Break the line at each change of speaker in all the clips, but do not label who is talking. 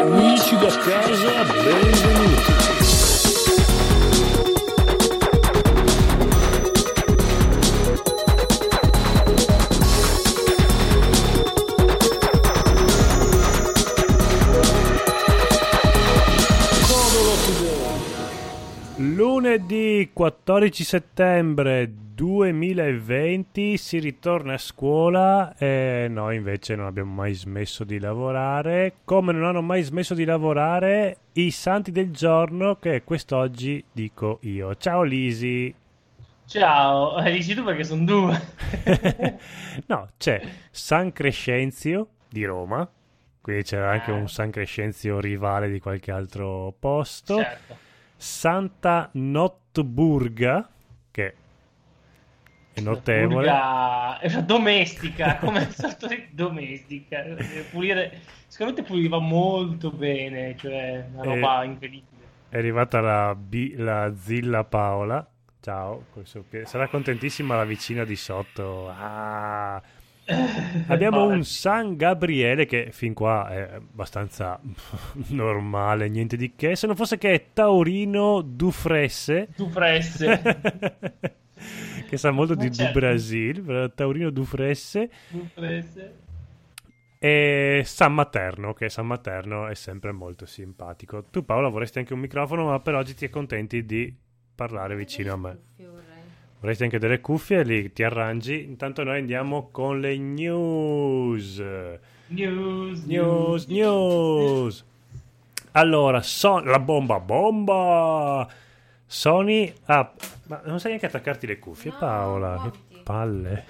Amici da casa, benvenuti.
Lunedì 14 settembre 2020 si ritorna a scuola e noi invece non abbiamo mai smesso di lavorare, come non hanno mai smesso di lavorare i santi del giorno che quest'oggi dico io. Ciao Lisi.
Ciao, eh, dici tu perché sono due.
no, c'è San Crescenzio di Roma, quindi c'era anche
Ah.
un San Crescenzio rivale di qualche altro posto.
Certo.
Santa Notburga, che è notevole.
Purga- è una domestica, come il sorto di domestica. Pulire, secondo me puliva molto bene, cioè
Eh.
una roba incredibile.
È arrivata la, bi- la zilla Paola. Ciao, col suo piede. sarà contentissima la vicina di sotto. Ah. Abbiamo un San Gabriele che fin qua è abbastanza normale, niente di che, se non fosse che è Taurino Dufresse.
Tu presse,
che sa molto
Ma
di,
certo.
di Brasil, però Taurino Dufresse.
tu presse.
E San Materno, che San Materno è sempre molto simpatico. Tu Paola vorresti anche un microfono, ma per oggi ti accontenti di parlare vicino a me. Vorresti anche delle cuffie, lì ti arrangi. Intanto noi andiamo con le news.
News,
News, news. Allora, Son- la bomba, bomba. Sony ha... Ma non sai neanche attaccarti le cuffie,
No,
Paola. Che
muoviti.
palle.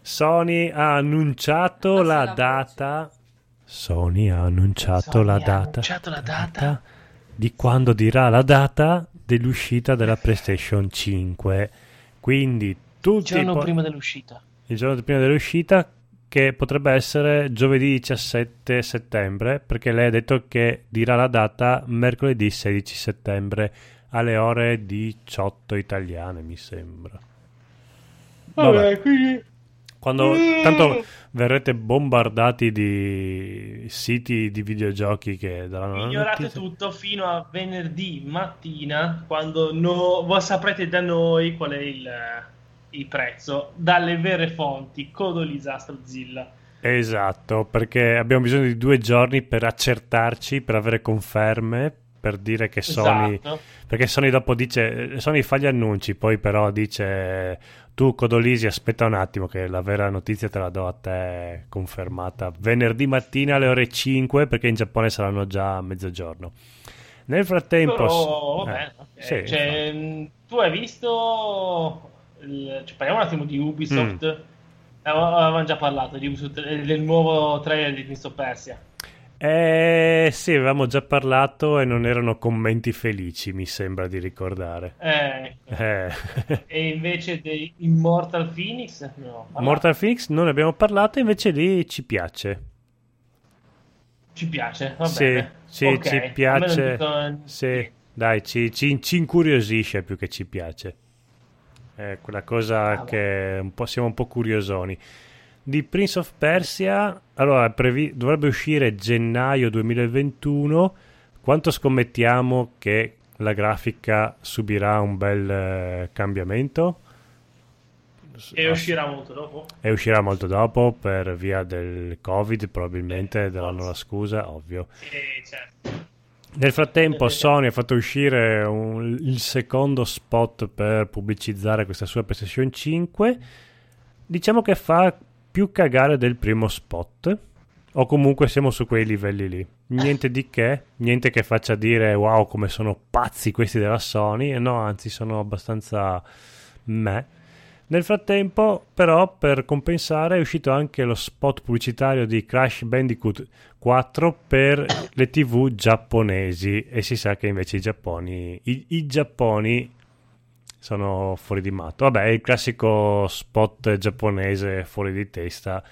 Sony ha annunciato
Abbassa
la
la voce.
data. Sony ha annunciato
Sony
la
ha
data.
annunciato Certo, la data.
di quando dirà la data dell'uscita della PlayStation 5. Quindi tutti
Il giorno
po-
prima dell'uscita.
il giorno prima dell'uscita, che potrebbe essere giovedì 17 settembre, perché lei ha detto che dirà la data mercoledì 16 settembre alle ore 18 italiane, mi sembra. Vabbè.
quindi...
Quando
Mm.
tanto verrete bombardati di siti di videogiochi che daranno la
Ignorate
notizia.
tutto fino a venerdì mattina, quando no- voi saprete da noi qual è il, eh, il prezzo, dalle vere fonti, Codolisastro Zilla.
Esatto, perché abbiamo bisogno di due giorni per accertarci, per avere conferme, per dire che Sony
Esatto.
Perché Sony dopo dice, Sony fa gli annunci, poi però dice, tu Codolisi aspetta un attimo che la vera notizia te la do a te confermata venerdì mattina alle ore 5 perché in Giappone saranno già a mezzogiorno. Nel frattempo...
Però,
eh,
va bene, Oh, ok.
sì,
Cioè, mh, tu hai visto... il- cioè, parliamo un attimo di Ubisoft.
Mm.
Eh, Avevamo già parlato di Ubisoft, eh, del nuovo trailer di Prince of Persia.
Eh sì, avevamo già parlato e non erano commenti felici, mi sembra di ricordare.
Eh,
Eh.
E invece di Immortal Phoenix? No, parlate.
Mortal Phoenix non ne abbiamo parlato, invece lì ci piace.
Ci piace, va
sì,
bene.
sì,
Ok,
ci
a
piace.
me non dico- eh,
Sì, dai, ci, ci- ci incuriosisce più che ci piace. È quella cosa
Ah, beh.
che un po', siamo un po' curiosoni. Di Prince of Persia, allora, è previ- dovrebbe uscire gennaio 2021. Quanto scommettiamo che la grafica subirà un bel eh, cambiamento?
E uscirà molto dopo?
E uscirà molto dopo per via del Covid, probabilmente daranno la scusa, ovvio.
Eh, certo.
Nel frattempo Sony ha fatto uscire un- il secondo spot per pubblicizzare questa sua PlayStation 5. Diciamo che fa più cagare del primo spot. O comunque siamo su quei livelli lì. Niente di che, niente che faccia dire wow come sono pazzi questi della Sony. E no, anzi sono abbastanza meh. Nel frattempo, però, per compensare è uscito anche lo spot pubblicitario di Crash Bandicoot 4 per le tv giapponesi e si sa che invece i giapponi i, i giapponi sono fuori di matto vabbè è il classico spot giapponese fuori di testa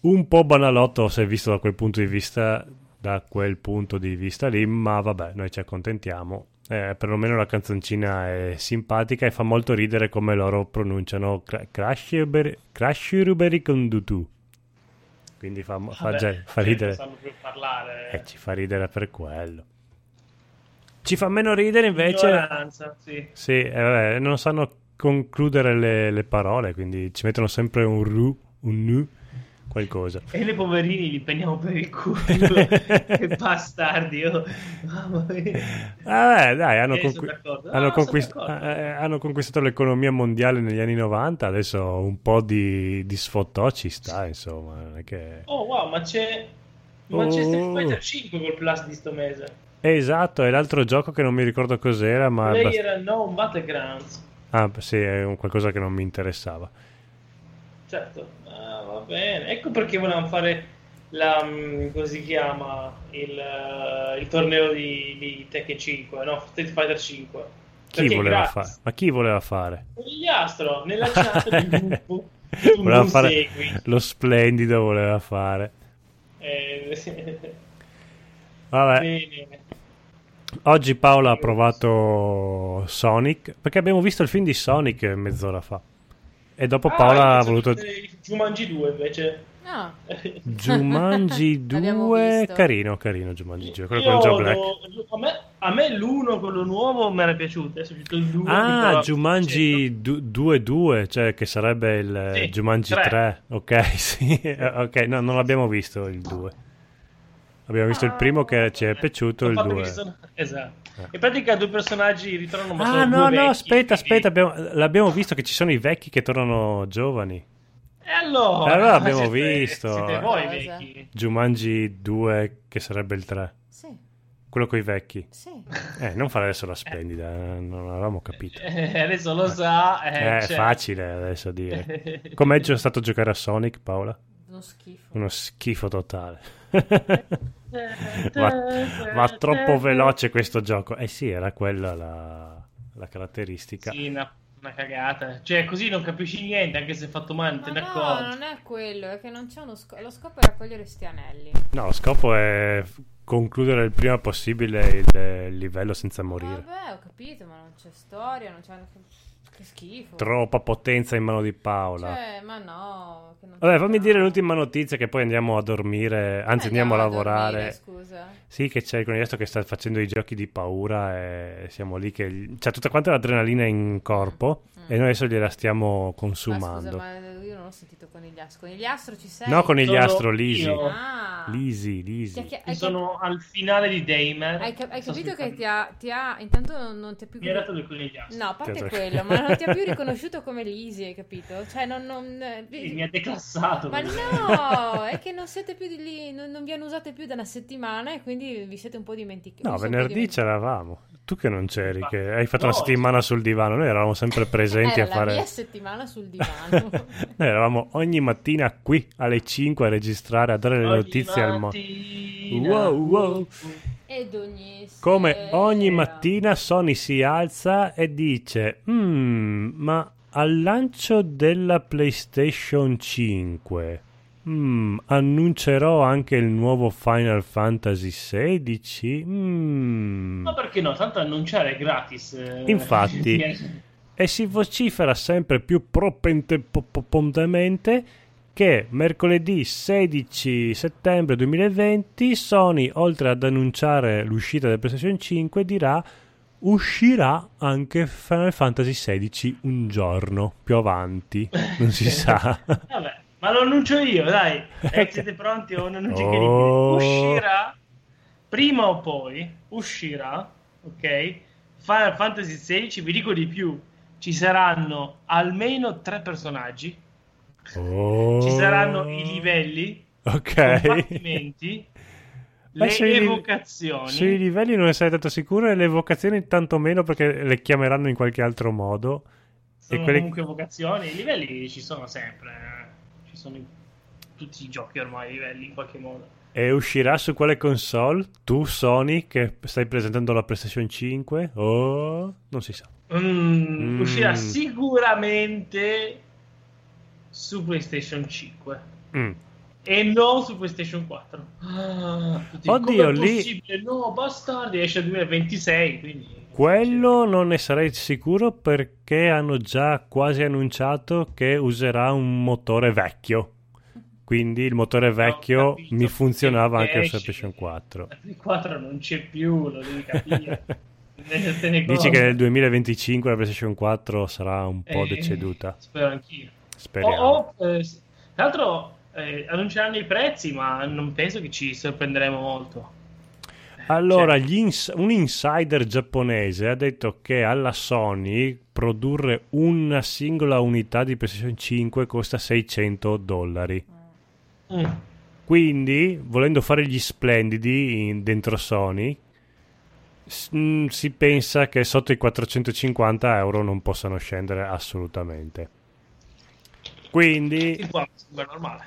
un po' banalotto se visto da quel punto di vista da quel punto di vista lì ma vabbè noi ci accontentiamo eh, perlomeno la canzoncina è simpatica e fa molto ridere come loro pronunciano Cra- Crash Ruberi Condutu Quindi fa, fa
Vabbè,
ge- fa
cioè,
ridere.
Non sanno più parlare.
Eh, ci fa ridere per quello. Ci fa meno ridere invece.
Ignoranza, sì.
Sì, eh, vabbè, non sanno concludere le, le parole, quindi ci mettono sempre un ru, un nu, qualcosa.
E noi poverini li prendiamo per il culo. che bastardi. oh. Mamma mia.
Vabbè, Ah, dai, hanno,
Eh, sono
conqui-
d'accordo.
hanno
No, sono
conquist-
d'accordo.
eh, eh, hanno conquistato l'economia mondiale negli anni 90, adesso un po' di, di sfottò ci sta, insomma. non è che-
Oh wow, ma c'è Manchester
Oh.
Fighter 5 col plus di sto mese.
Eh, esatto, è l'altro gioco che non mi ricordo cos'era, ma... è
Player
abbast-
Unknown Battlegrounds.
Ah, sì, è un qualcosa che non mi interessava.
Certo, Ah, va bene. Ecco perché volevamo fare la, mm, come si chiama, il, eh, il torneo di, di Tekken 5, no, Street Fighter 5.
Chi
Perché è
voleva
gratis.
fare? Ma chi voleva fare?
Gli astro, nella chat del gruppo, tu
voleva
non
fare
segui.
lo splendido, voleva fare.
Eh,
Vabbè,
bene.
oggi Paola ha provato Sonic, perché abbiamo visto il film di Sonic mezz'ora fa. E dopo
Ah,
Paola ha
penso
voluto...
di vedere Jumanji 2 invece.
No.
Jumanji
L'abbiamo
2,
visto.
carino, carino Jumanji 2, quello con
Io
Joe Black.
lo- a, me, a me l'uno, quello nuovo, mi era piaciuto. Adesso è uscito il 2.
Ah, Jumanji 2-2, cioè che sarebbe il
Sì,
Jumanji
tre.
3. Ok, sì, ok, no, non l'abbiamo visto il 2. Abbiamo visto il primo che ci è piaciuto, il 2.
Esatto.
Eh.
In pratica due personaggi ritornano ma
Ah,
sono
no,
due
no,
vecchi,
aspetta,
quindi-
aspetta, abbiamo- l'abbiamo visto che ci sono i vecchi che tornano giovani.
E allora,
Allora abbiamo
siete-
visto.
Siete voi
Cosa?
vecchi.
Jumanji 2 che sarebbe il 3,
Sì,
quello con i vecchi.
sì.
Eh, non fare adesso la splendida, eh, non avevamo capito.
Eh, adesso lo sa.
Eh,
Eh,
è
cioè.
facile adesso dire. Com'è gio- stato giocare a Sonic, Paola?
Uno schifo.
Uno schifo totale. va, va troppo veloce questo gioco. Eh sì, era quella la, la caratteristica.
Sì, una, una cagata. Cioè, così non capisci niente, anche se è fatto male, non te ne
Ma no,
accorgi.
non è quello, è che non c'è uno scopo. Lo scopo è raccogliere sti anelli.
No, lo scopo è f- concludere il prima possibile il eh, livello senza morire.
Vabbè, ho capito, ma non c'è storia, non c'è. Che schifo.
Troppa potenza in mano di Paola.
Cioè, ma no. Che non
Vabbè, fammi dire l'ultima notizia che poi andiamo a dormire, anzi andiamo, a lavorare.
dormire, scusa.
Sì, che c'è il conigliastro che sta facendo i giochi di paura e siamo lì che... gli- C'è tutta quanta l'adrenalina in corpo
Mm.
e noi adesso gliela stiamo
Ma
consumando.
scusa, ma io non ho sentito conigliastro. Conigliastro ci sei?
No, conigliastro,
Sono
Lisi.
io.
Ah.
Lisi, Lisi.
Ti ha chi- hai,
Io
cap-
sono al finale di Daymer.
hai cap- hai
Sto
capito che
aspettando.
ti ha, ti ha- Intanto non, non ti ha più.
Mi ha dato due conigliastro.
No, a parte
Certo.
quello, ma non ti ha più riconosciuto come Lisi, hai capito? Cioè, non. non-
Sì, Mi ha declassato.
Ma no, è che non siete più di lì, non, non vi hanno usate più da una settimana e quindi vi siete un po' dimenticati.
No, venerdì c'eravamo. Tu che non c'eri,
Ma-
che hai fatto
no,
una settimana sul divano. Noi eravamo sempre presenti
Era
a fare...
la mia settimana sul divano.
Noi eravamo ogni mattina qui alle 5 a registrare, a dare le
Ogni
notizie al mondo.
mattina.
Wow, wow.
Ed ogni sera-
Come ogni mattina Sony si alza e dice: "Mm, ma al lancio della PlayStation 5 mm, annuncerò anche il nuovo Final Fantasy 16?" Mm."
Ma perché no? Tanto annunciare è gratis. eh.
Infatti.
Eh,
E si vocifera sempre più propente- po- po- pompemente che mercoledì 16 settembre 2020 Sony, oltre ad annunciare l'uscita del PlayStation 5, dirà uscirà anche Final Fantasy XVI un giorno più avanti, non si sa.
Vabbè, ma lo annuncio io, dai. Eh, siete pronti o un annuncio che
Oh.
dico? Uscirà, prima o poi, uscirà, ok? Final Fantasy XVI, vi dico di più, ci saranno almeno tre personaggi,
Oh.
ci saranno i livelli, i
Ok.
combattimenti,
Ma
le
sui live-
evocazioni.
Sui livelli non ne sei tanto sicuro e le vocazioni tantomeno perché le chiameranno in qualche altro modo.
sono
E quelli-
comunque vocazioni, i livelli ci sono sempre, eh. ci sono in tutti i giochi ormai i livelli in qualche modo.
E uscirà su quale console? Tu, Sony, che stai presentando la PlayStation 5? Oh, non si sa.
Mm,
Mm.
Uscirà sicuramente su PlayStation 5
Mm.
e non su PlayStation 4. Ah, tutti,
Oddio,
com'è
lì-
possibile? No, bastardi, esce nel 2026, quindi...
Quello non ne sarei sicuro perché hanno già quasi annunciato che userà un motore vecchio. quindi il motore vecchio
ho capito,
mi funzionava
perché
anche su
esce.
PlayStation 4.
Il 4 non c'è più, lo devi capire. Invece te ne
Dici
conto.
che nel 2025 la PlayStation 4 sarà un po'
Eh,
deceduta.
Spero anch'io.
Speriamo.
O- o, eh, s- tra l'altro eh, annunceranno i prezzi, ma non penso che ci sorprenderemo molto.
Allora, gli ins- un insider giapponese ha detto che alla Sony produrre una singola unità di PlayStation 5 costa 600 dollari.
Mm.
Quindi, volendo fare gli splendidi in- dentro Sony, s- mm, si pensa che sotto i 450 euro non possano scendere assolutamente. Quindi,
Il 4 sembra normale.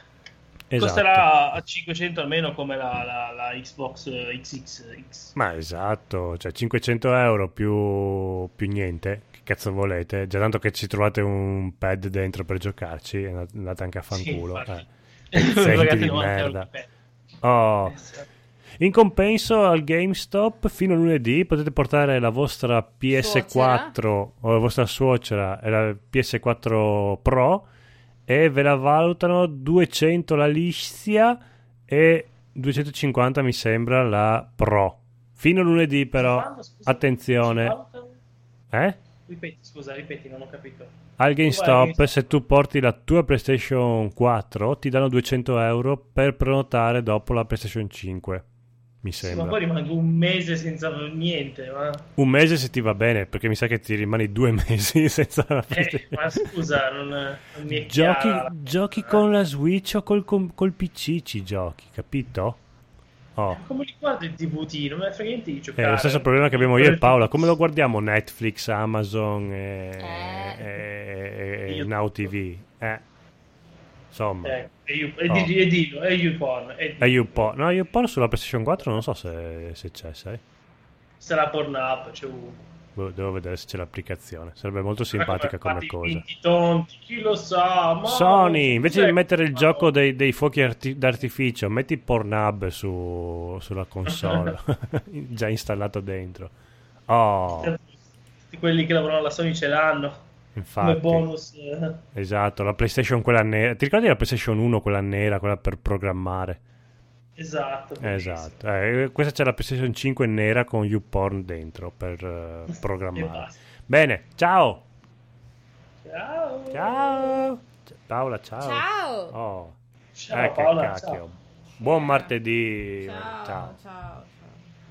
esatto.
Costerà a 500 almeno come la, la- la Xbox eh, XXX.
Ma esatto, cioè 500 euro più, più niente, che cazzo volete? Già tanto che ci trovate un pad dentro per giocarci, e and- andate anche a fanculo.
infatti.
eh. Pezzenti
Pagate
di
90 euro
merda.
di pezzo.
Oh,
Eh, sì.
In compenso al GameStop fino a lunedì potete portare la vostra PS4 o la vostra suocera e la PS4 Pro e ve la valutano 200 la liscia e 250 mi sembra la Pro. Fino a lunedì però,
Quando, scusa?
attenzione.
Quanto?
eh?
Ripeti, scusa, ripeti, non ho capito.
Al
Vai,
GameStop
GameStop.
se tu porti la tua PlayStation 4 ti danno 200 euro per prenotare dopo la PlayStation 5. Mi
Sì,
sembra.
ma poi rimango un mese senza niente, ma,
Un mese se ti va bene, perché mi sa che ti rimani due mesi senza la
eh, ma scusa, non, non mi è
giochi,
chiara la-
giochi con la Switch o col, com- col PC ci giochi, capito? Oh.
Come li guardo il DVD? Non me ne frega niente di
È
giocare.
Eh, lo stesso problema che abbiamo io e Paola. Come lo guardiamo Netflix, Amazon e, e- e- e Now TV? Eh. Insomma,
Eh, e, io, e,
Oh.
di- e dillo, e YouPorn. E dillo.
e YouPorn. No, YouPorn sulla PlayStation 4 non so se, se c'è, sai?
Sarà Pornhub, c'è ovunque.
Boh, Devo vedere se c'è l'applicazione. Sarebbe molto simpatica
Fatti
come
i
cosa.
finti Oh, tonti, chi lo sa? ma-
Sony, invece di
Cos'è
mettere il
che
gioco
fanno?
dei, dei fuochi arti- d'artificio, metti Pornhub su- sulla console, già installato dentro. Oh,
Tutti quelli che lavorano alla Sony ce l'hanno. Come
infatti.
bonus. eh.
Esatto, la PlayStation quella nera. Ti ricordi la PlayStation 1 quella nera, quella per programmare?
Esatto. bellissimo.
Esatto. Eh, questa c'è la PlayStation 5 nera con YouPorn dentro per eh,
E
programmare.
basta.
Bene, ciao.
Ciao.
Ciao. Paola, ciao.
Ciao!
Oh,
Ciao
eh, che
Paola,
cacchio.
ciao.
Buon martedì.
Ciao, ciao.